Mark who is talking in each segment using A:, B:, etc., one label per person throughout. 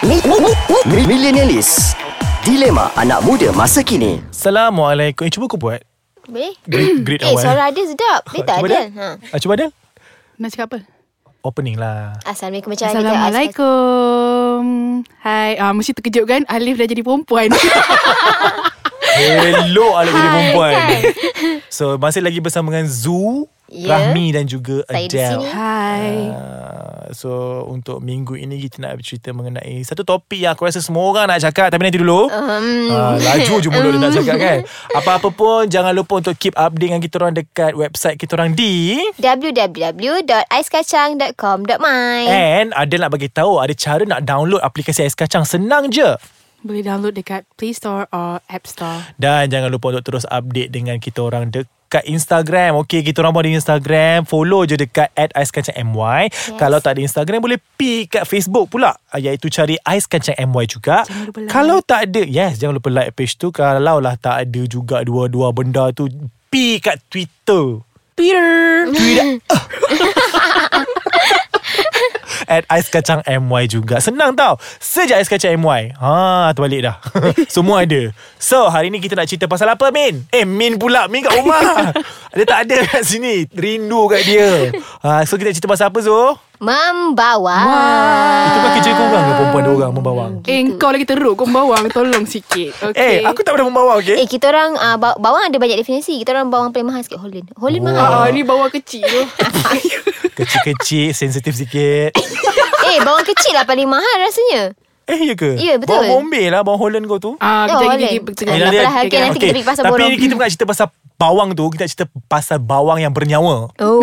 A: Mi- mi- mi- mi- Millenialis Dilema anak muda masa kini
B: Assalamualaikum. Eh, cuba kau buat.
C: Boleh?
B: Great, great
C: Eh,
B: awal.
C: suara ada sedap. Dia
B: Cuba
C: tak ada.
B: dia.
C: Ha.
B: Ah, cuba ada.
D: Nak cakap apa?
B: Opening lah.
C: Assalamualaikum macam mana kita
D: Assalamualaikum. Hai, ah mesti terkejut kan Alif dah jadi perempuan.
B: Hello anak muda
C: Hai,
B: perempuan.
C: kan?
B: So, masih lagi bersama dengan Zu,
C: Ya.
B: Rahmi dan juga
C: Saya di sini.
B: Adele.
D: Hai.
B: Ah, So untuk minggu ini kita nak bercerita mengenai satu topik yang aku rasa semua orang nak cakap tapi nanti dulu.
C: Um,
B: Ah, laju je mulut dia nak cakap kan. Apa-apa pun jangan lupa untuk keep update dengan kita orang dekat website kita orang di
C: www.aiskacang.com.my
B: and ada nak bagi tahu ada cara nak download aplikasi Ais Kacang senang je.
D: Boleh download dekat Play Store or App Store.
B: Dan jangan lupa untuk terus update dengan kita orang dekat Instagram. Okey, kita orang pun ada Instagram. Follow je dekat at Ais Kacang MY. Yes. Kalau tak ada Instagram, boleh pergi kat Facebook pula. Ah, Iaitu cari Ais Kacang MY juga.
D: Jangan lupa like.
B: Kalau tak ada, yes, jangan lupa like page tu. Kalau lah tak ada juga dua-dua benda tu, pergi kat Twitter.
D: Twitter.
B: Twitter. At Ais Kacang MY juga Senang tau Sejak Ais Kacang MY ha, Terbalik dah Semua ada So hari ni kita nak cerita pasal apa Min? Eh Min pula Min kat rumah Dia tak ada kat sini Rindu kat dia ha, So kita nak cerita pasal apa Zul?
C: Membawa
B: Itu kan kerja korang ke perempuan orang membawang?
D: Eh, kau lagi teruk. Kau bawang. Tolong sikit.
B: Okay. Eh
D: Okay.
B: aku tak pernah membawang okay?
C: Eh, kita orang uh, bawang ada banyak definisi. Kita orang bawang paling mahal sikit Holland. Holland
B: Wow.
C: mahal.
D: Ah, ni bawang kecil tu.
B: Kecil-kecil Sensitif sikit
C: eh, bawang kecil lah paling mahal rasanya.
B: Eh ya ke?
C: Ya, betul.
B: Bawang Bombay lah Bawang Holland kau tu
D: Ah,
C: Oh,
D: kejap
C: boleh.
D: lagi kita
C: Eh,
D: tengok.
C: tak apalah, okay, nanti kita pergi pasar
B: Tapi
C: borong.
B: ni kita bukan cerita pasal bawang tu Kita nak cerita pasal bawang yang bernyawa
C: Oh.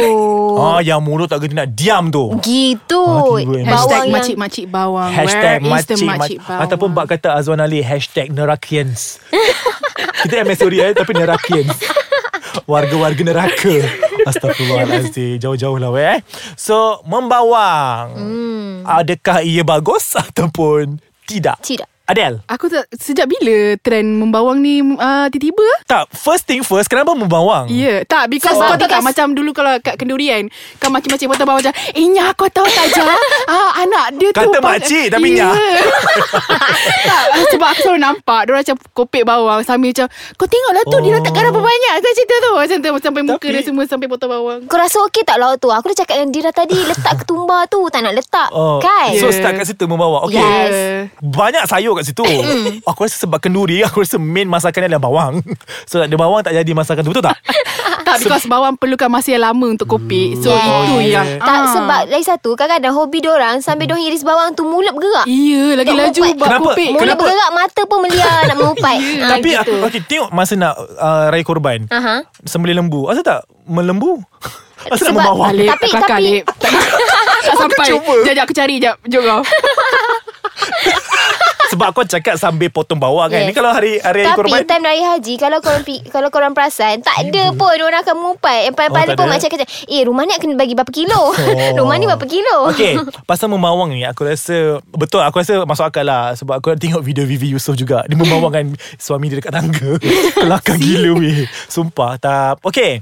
B: Ah, Yang mulut tak kena nak diam tu
C: Gitu.
B: Ah, tiba, eh.
D: Hashtag
C: bawang yang
D: makcik-makcik bawang.
B: Hashtag
D: Where is the
B: makcik,
D: makcik
B: mac-
D: bawang?
B: Ataupun bak kata Azwan Ali Hashtag nerakians Kita MS Suria eh, Tapi nerakians Warga-warga neraka Astagfirullahaladzim Jauh-jauh lah weh eh. So Membawang hmm. Adakah ia bagus Ataupun Tidak
C: Tidak.
B: Adel
D: Aku tak Sejak bila Trend membawang ni uh, Tiba-tiba
B: Tak First thing first Kenapa membawang
D: Ya yeah, Tak because
C: Sebab
D: kau tahu tak
C: because-
D: Macam dulu kalau Kat kendurian Kau macam-macam Kau tahu bawang macam Eh nyah kau tahu tak je ah, Anak dia tu
B: Kata
D: bang-
B: makcik, tapi nyah.
D: Tak Sebab aku selalu nampak Diorang macam kopek bawang Sambil macam Kau tengoklah tu oh. Dia
B: Oh.
D: letak garam banyak Saya cerita tu Macam tu Sampai muka
B: Tapi-
D: dia semua Sampai potong bawang
C: Kau rasa okey tak lauk tu? Aku dah cakap dengan Dira tadi Letak ketumbar tu Tak nak letak
B: Oh,
C: Kan?
B: So
D: Yeah.
B: start kat situ membawa Okay
C: Yes.
D: Ya.
B: Banyak sayur kat situ
C: Mm.
B: Aku rasa sebab kenduri Aku rasa main masakan adalah bawang So tak ada bawang tak jadi masakan tu Betul tak?
D: Tak because bawang perlukan masa yang lama Untuk
B: Hmm.
D: kopek So
C: Yes.
D: itu
B: Oh,
D: yang
C: Tak sebab Lagi satu Kadang-kadang hobi dorang Sambil
B: Hmm.
C: dorang iris bawang tu Mulut bergerak
D: Iya lagi
C: Tak
D: laju
C: ubat.
D: buat
B: Kenapa?
D: kopek
C: Mulut
B: Kenapa?
C: bergerak Mata pun meliar Nak mengupat
D: Ya.
C: ha,
B: Tapi
C: gitu.
B: aku okay, Tengok masa nak uh, Raya korban
C: Aha.
B: Sembelih lembu Asal tak Melembu Asal tak
C: Eh, Sebab-
B: membawang
D: Alip,
C: Tapi-
D: tapi, kelakar
C: tapi-
D: tapi, Alip Tak, tak sampai
B: cuba.
D: Jap, jap, aku cari jap Jom kau
B: Sebab aku cakap sambil potong bawang kan
C: Yes.
B: Ni kalau hari, hari Raya
C: Tapi
B: korban Ya
C: time Raya Haji Kalau korang pi, kalau korang perasan Tak ada pun Orang akan mengupat Yang paling-paling
B: Oh, tak
C: pun
B: ada. Oh.
C: Macam kata Eh rumah ni nak kena bagi berapa kilo Rumah ni berapa kilo
B: Okay Pasal membawang ni Aku rasa Betul aku rasa Masuk akal lah Sebab aku tengok video Vivi Yusof juga Dia membawangkan Suami dia dekat tangga Kelakar gila weh Sumpah tak Okay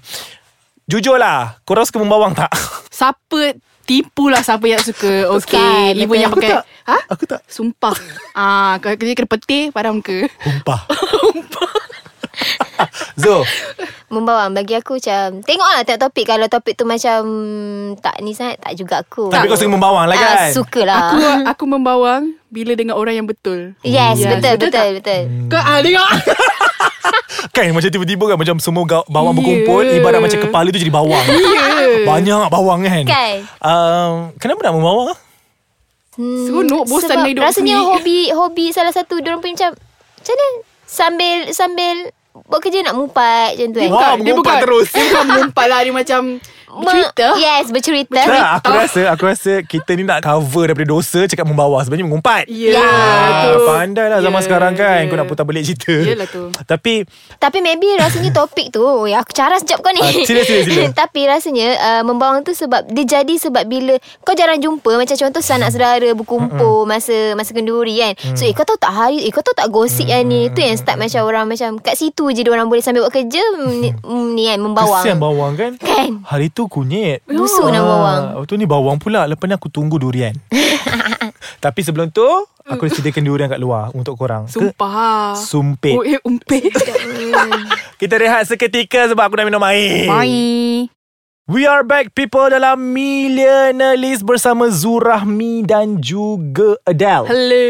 B: Jujur lah Korang suka membawang tak?
D: Siapa Tipu lah siapa yang suka
C: Bukan,
D: Okay Even yang
C: betul.
D: pakai
B: tak.
D: Ha?
B: Aku tak
D: Sumpah Ah, kau kerja kena petir pada muka
B: Humpah Zo
C: Membawang bagi aku macam Tengoklah tengok topik Kalau topik tu macam Tak ni sangat Tak juga aku
B: Tapi kau suka membawang lah
C: Ah,
B: kan?
C: Suka lah
D: Aku aku membawang Bila dengan orang yang betul
C: Yes,
D: Yes,
C: betul,
D: betul
C: betul,
D: tak?
C: betul.
D: Kau ah, tengok
B: Kan macam tiba-tiba kan Macam semua ga- bawang
D: Yeah.
B: berkumpul
C: Ya.
B: Ibarat macam kepala tu jadi bawang
D: Ya.
B: Banyak bawang kan
C: Kan.
B: um, Kenapa nak membawang?
C: Hmm,
D: Seronok, Oh, bosan
C: sebab
D: dah hidup
C: Rasanya
D: sendiri.
C: hobi hobi salah satu Diorang punya macam Macam mana Sambil Sambil Buat kerja nak mumpat Macam tu eh
B: Wah,
D: Bukan,
B: mengumpat terus.
D: Dia bukan mengumpat lah Dia macam Bercerita
C: Me- Yes bercerita
B: Tak aku rasa Aku rasa kita ni nak cover Daripada dosa Cakap membawang Sebenarnya mengumpat
D: Ya
B: Ah,
D: tu.
B: pandai lah zaman
D: Ya,
B: sekarang kan
D: ya.
B: Kau nak putar balik cerita
D: Yelah tu.
B: Tapi
C: Tapi maybe rasanya topik tu oh, Aku cara sekejap kau ni
B: Ah, sila, sila, sila.
C: Tapi rasanya uh, Membawang tu sebab Dia jadi sebab bila Kau jarang jumpa Macam contoh
B: Hmm.
C: sanak saudara Berkumpul Masa masa kenduri kan So eh kau tahu tak hari Eh kau tahu tak gosip yang ni Tu yang
B: Hmm.
C: start macam orang Macam kat situ je orang boleh sambil buat kerja mm, ni- mm, Ni kan membawang
B: Kesian bawang kan
C: Kan?
B: Hari tu tu kunyit. Ah,
C: Busuk nak bawang.
B: Lepas tu ni bawang pula. Lepas ni aku tunggu durian. Tapi sebelum tu, aku dah sediakan durian kat luar untuk korang. Ke-
D: Sumpah
B: Sumpit.
D: Oh eh umpit
B: Kita rehat seketika sebab aku dah minum air.
D: Eh. Bye
B: We are back people dalam Millionaires bersama Zurahmi dan juga Adele.
D: Hello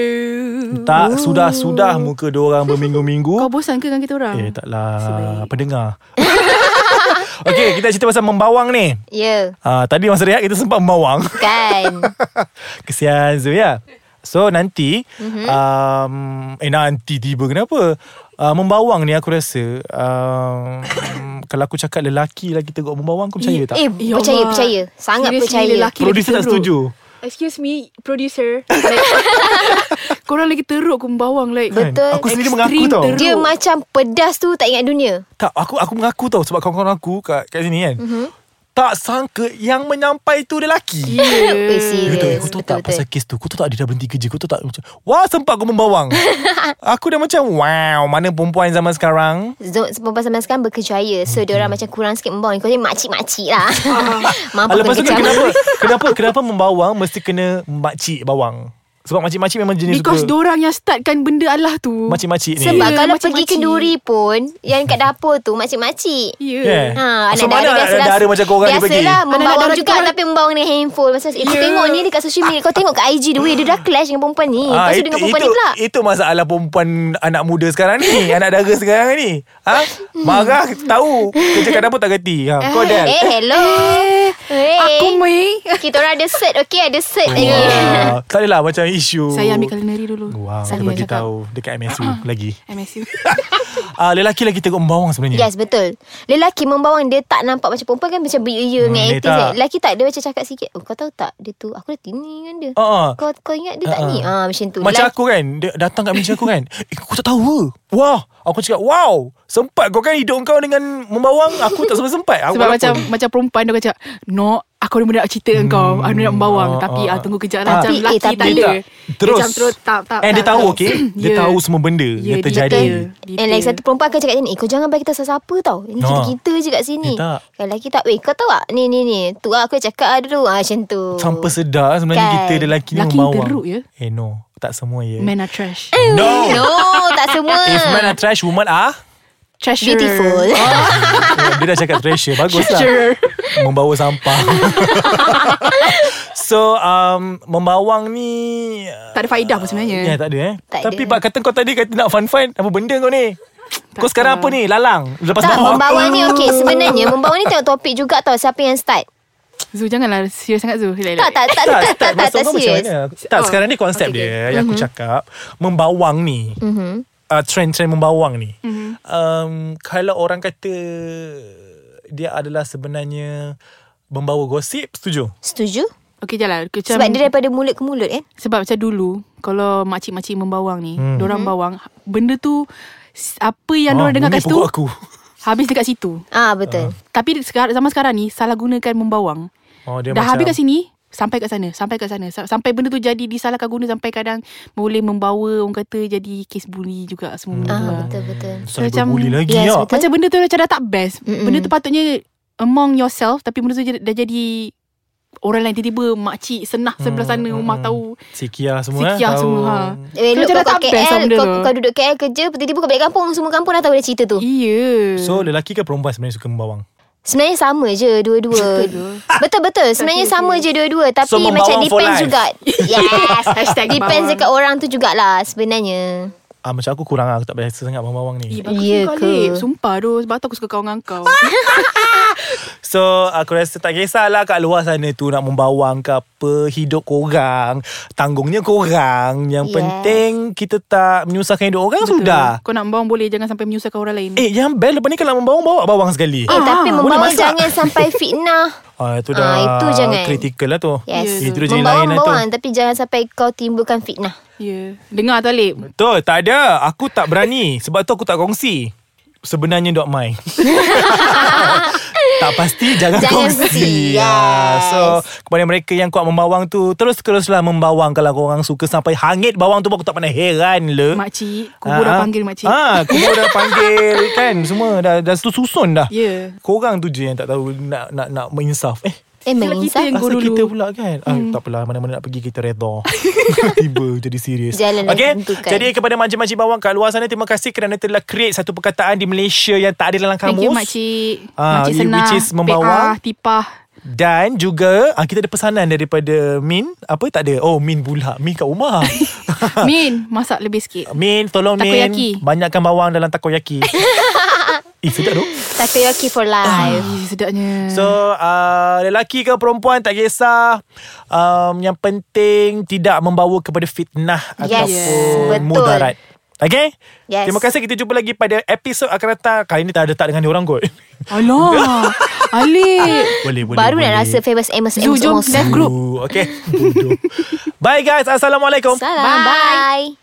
B: Tak sudah-sudah muka diorang
D: Kau
B: berminggu-minggu.
D: bosan ke dengan kita orang?
B: Eh taklah pendengar. Okey, kita cerita pasal membawang ni.
C: Ya,
B: Uh, tadi masa rehat kita sempat membawang.
C: kan.
B: Kesian Zul ya. So nanti mm-hmm. um, Eh nanti tiba kenapa uh, Membawang ni aku rasa um, Kalau aku cakap lelaki lagi teruk membawang Kau percaya tak?
C: Eh,
D: Ya
C: percaya,
D: Allah.
C: percaya. Sangat
D: Seriously,
C: percaya.
D: lelaki
B: Producer tak
D: teruk.
B: setuju
E: Excuse me, producer.
D: Korang lagi teruk Kau bawang like
B: Kan?
C: Betul.
B: Aku sendiri
D: Extreme
B: mengaku tau
D: teruk.
C: Dia macam pedas tu tak ingat dunia.
B: Tak aku aku mengaku tau Sebab kawan-kawan aku kat, kat sini kan mm-hmm. Tak sangka yang menyampai tu lelaki
D: Yeah.
C: Eh,
B: Dia
C: serius.
B: tahu, kau tahu tak pasal kes tu Kau tahu tak dia dah berhenti kerja Kau tahu tak macam Wah sempat kau membawang Aku dah macam Wow Mana perempuan zaman sekarang
C: Zon perempuan zaman sekarang berkejaya So diorang macam kurang sikit membawang Kau ni makcik-makcik lah
B: Hmm. Ah,
C: Mampu
B: Lepas tu kan
C: kena kecam
B: kenapa Kenapa kenapa membawang Mesti kena makcik bawang Sebab makcik-makcik memang jenis
D: Because
B: suka
D: dorang yang startkan benda Allah tu
B: Makcik-makcik ni
C: Sebab
D: Ya,
C: kalau
D: makcik-makcik.
C: pergi kenduri pun Yang kat dapur tu Makcik-makcik
B: Yeah.
D: Yeah.
C: Ha,
B: So,
C: anak
B: mana
C: dara
B: anak
C: biasalah
B: dara macam korang ni pergi?
C: Biasalah
D: Anak
C: membawang
D: dara
C: juga
D: korang-
C: Tapi membawang dengan handphone Masa, eh, Kau
D: Ya.
C: tengok ni dekat social media Kau tengok kat IG The way dia dah clash dengan perempuan ni
B: Ah,
C: Lepas tu dengan perempuan
B: itu,
C: ni pula
B: itu masalah perempuan anak muda sekarang ni Anak dara sekarang ni ha? Marah tahu Kerja kat dapur tak ganti ha, Kau Del
C: Eh hello Eh,
D: Aku Mei
C: Kita orang ada cert Okay ada cert lagi
B: Wah, Tak adalah macam isu
D: Saya ambil culinary dulu
B: Oh. Wow,
D: Saya
B: dia bagi
D: cakap,
B: tahu dekat MSU lagi.
D: MSU
B: Ah, lelaki lagi tengok membawang sebenarnya.
C: Yes betul Lelaki membawang Dia tak nampak macam perempuan kan Macam beria
B: Hmm,
C: dengan
B: dia
C: hmm,
B: tak.
C: kan. Lelaki tak Dia macam cakap sikit oh, Kau tahu tak Dia tu Aku dah tini dengan dia
B: Ah, ah.
C: Kau kau ingat dia tak
B: Ah,
C: ni
B: ah.
C: ah, Macam tu
B: Macam
D: lah.
C: Lelaki-
B: aku kan dia Datang kat meja aku kan Eh kau tak tahu ke Wah Aku cakap wow Sempat kau kan hidup kau dengan Membawang Aku tak sempat-sempat Aku
D: Sebab
B: walaupun-
D: macam Macam perempuan Dia cakap No Aku dah benda nak cerita dengan kau Aku dah nak membawang
B: ah,
D: Tapi
B: ah.
D: ah, tunggu kejap
B: Ah.
D: lah Macam
C: Tapi- eh,
D: lelaki
C: tapi-
D: tak
B: Dia
D: ada
B: tak Terus
D: Macam terus tak, tak,
B: And dia
D: tak,
B: tahu
D: terus.
B: okay Dia
D: Yeah.
B: tahu semua benda
D: Yeah,
B: Yang
D: dia
B: terjadi
D: betul.
C: And Eh, lagi satu perempuan akan cakap macam ni Eh kau jangan bagi tahu siapa-siapa tau Ini
B: No.
C: kita-kita je kat sini
B: Dia tak.
C: Kalau lelaki tak Weh kau tahu tak Ni ni ni Tu lah aku cakap lah dulu ah, Macam tu
B: Sampai sedar Sebenarnya
C: Kan.
B: kita lelaki ni
D: Lelaki
B: membawang
D: teruk, ya?
B: Eh no Tak semua ya
D: Men are trash
B: No
C: No tak semua
B: If men are trash Women are
D: Treasure
C: Beautiful
B: Oh, Dia dah cakap treasure Bagus lah
D: Treasure.
B: Membawa sampah So um, Membawang ni
D: Tak ada faedah pun sebenarnya
B: Ya tak ada eh
C: Hmm. Tak
B: Tapi
C: ada.
B: Pak kata kau tadi kata nak fun-fun Apa benda kau ni Kau sekarang apa ni Lalang Lepas
C: Tak
B: bawang.
C: membawa ni Okay sebenarnya Membawa ni tengok topik juga tau Siapa yang start
D: Zul janganlah Serius sangat Zul Relax,
B: Ya,
C: Tak tak tak tak tak tak, tak,
B: maksud kau macam
C: serius
B: mana? Tak,
D: Oh,
B: sekarang ni konsep
D: okay,
B: dia yang
C: Mm-hmm.
B: aku cakap membawang ni. Mm-hmm. Uh, trend-trend membawang ni. Mm-hmm. Um, kalau orang kata dia adalah sebenarnya membawa gosip, setuju?
C: Setuju?
D: Okay jalan macam,
C: Sebab dia daripada mulut ke mulut kan
D: Sebab macam dulu Kalau makcik-makcik membawang ni hmm. Diorang bawang Benda tu s- Apa yang
B: Ah,
D: diorang dengar
B: bunyi
D: kat situ
B: pokok aku.
D: Habis dekat situ
C: Ah betul
D: Tapi sekarang, zaman sekarang ni Salah gunakan membawang
B: Oh, dia
D: Dah
B: macam,
D: habis kat sini Sampai kat sana Sampai kat sana Sa- Sampai benda tu jadi Disalahkan guna Sampai kadang Boleh membawa Orang kata jadi Kes bully juga
B: Hmm.
D: Semua benda
C: Ah
D: tu lah.
C: betul betul
B: Sorry,
D: macam-
B: berbuli lagi ya.
C: Yes, betul.
D: Macam benda tu macam dah tak best
C: Mm-mm.
D: Mm-mm. Benda tu patutnya Among yourself Tapi benda tu jadi- dah jadi Orang lain tiba-tiba Makcik senah sebelah sana
B: Mm,
D: Rumah
B: mm,
D: tahu
B: Sikia semua. eh,
D: Sikia
B: tahu.
D: semua, ha.
C: Eh,
D: Macam
C: look,
D: dah
C: kau,
D: tak best lah
C: KL,
D: benda
C: kau,
D: tu.
C: kau duduk KL kerja Tiba-tiba kau balik kampung Semua kampung dah tahu dah cerita tu
D: Iya
B: So lelaki ke perempuan sebenarnya suka membawang?
C: Sebenarnya sama je dua-dua. Betul-betul. Sebenarnya sama je dua-dua tapi
B: So, membawa
C: macam
B: for life.
C: depends juga. Yes.
D: Hashtag
C: depends
D: bawang.
C: dekat orang tu jugalah sebenarnya.
B: Ah, macam aku kurang lah. Aku tak biasa sangat membawang ni.
D: Eh, bagusnya
C: Ya
D: kau,
C: ke?
D: Lip. Sumpah tu Sebab tu aku suka kau dengan kau
B: So aku rasa tak kisahlah kat luar sana tu nak membawang ke apa Hidup korang Tanggungnya korang Yang yes.
C: Yes.
B: penting kita tak menyusahkan hidup orang Betul. sudah
D: Kau nak bawang boleh Jangan sampai menyusahkan orang lain
B: Eh yang best lepas ni kalau membawang bawa bawang sekali
D: Ah.
C: Eh tapi
B: boleh
C: membawa
B: masak.
C: jangan sampai fitnah.
B: ah, Itu
C: Ah,
B: dah
C: itu jangan.
B: kritikal lah tu
C: Yes.
B: Itu dah jenis lain lah tu
C: Membawang-bawang tapi jangan sampai kau timbulkan fitnah.
D: Ya Dengar tu Alip
B: Betul tak ada Aku tak berani Sebab tu aku tak kongsi Sebenarnya dok mai tak pasti jangan,
C: Jangan
B: kongsi. Ya,
C: kongsi, yes.
B: So kepada mereka yang kuat membawang tu terus-teruslah membawang kalau korang suka sampai hangit bawang tu pun aku tak pernah heran le.
D: Makcik, kubur
B: Ah,
D: dah
B: ah.
D: panggil makcik.
B: Ah, kubur dah panggil kan semua dah dah tu susun dah.
D: Ya.
B: Korang tu je yang tak tahu nak nak nak menginsaf. Eh,
C: Eh
D: Sebab kita
C: menginsaf
D: yang- Tengok
B: Asal
D: dulu. Hmm.
B: kita pula kan ah, Tak apalah Mana-mana nak pergi Kita redha Tiba jadi serius
C: Jalan yang
B: okay?
C: ditentukan.
B: Jadi kepada makcik-makcik bawang Kat luar sana Terima kasih kerana telah create Satu perkataan di Malaysia Yang tak ada dalam kamus
D: Thank you makcik.
B: Ah,
D: makcik
B: you-
D: senang.
B: which is membawang.
D: PA, tipah.
B: Dan juga ah, Kita ada pesanan daripada Min Apa tak ada Oh Min pula Min kat rumah Ha.
D: Min, masak lebih sikit.
B: Min tolong Min
D: Takoyaki.
B: Banyakkan bawang dalam takoyaki Eh sedap tu
C: Takoyaki for
B: Ah,
C: life
D: Ay, sedapnya.
C: Hmm.
B: So uh, Lelaki ke perempuan Tak kisah um, Yang penting Tidak membawa kepada fitnah
C: Yes,
B: Ataupun
C: betul.
B: mudarat Okay
C: Yes.
B: Terima kasih Kita jumpa lagi pada episod akan datang Kali ni tak ada tak dengan diorang kot
D: Alah. Alik.
B: Boleh boleh
C: Baru
B: boleh.
C: nak rasa famous Amos
D: Zul,
C: Amos
D: jom.
C: Amos
D: Left group.
B: Ooh, Okay Bodoh. Bye guys Assalamualaikum
C: Salam Bye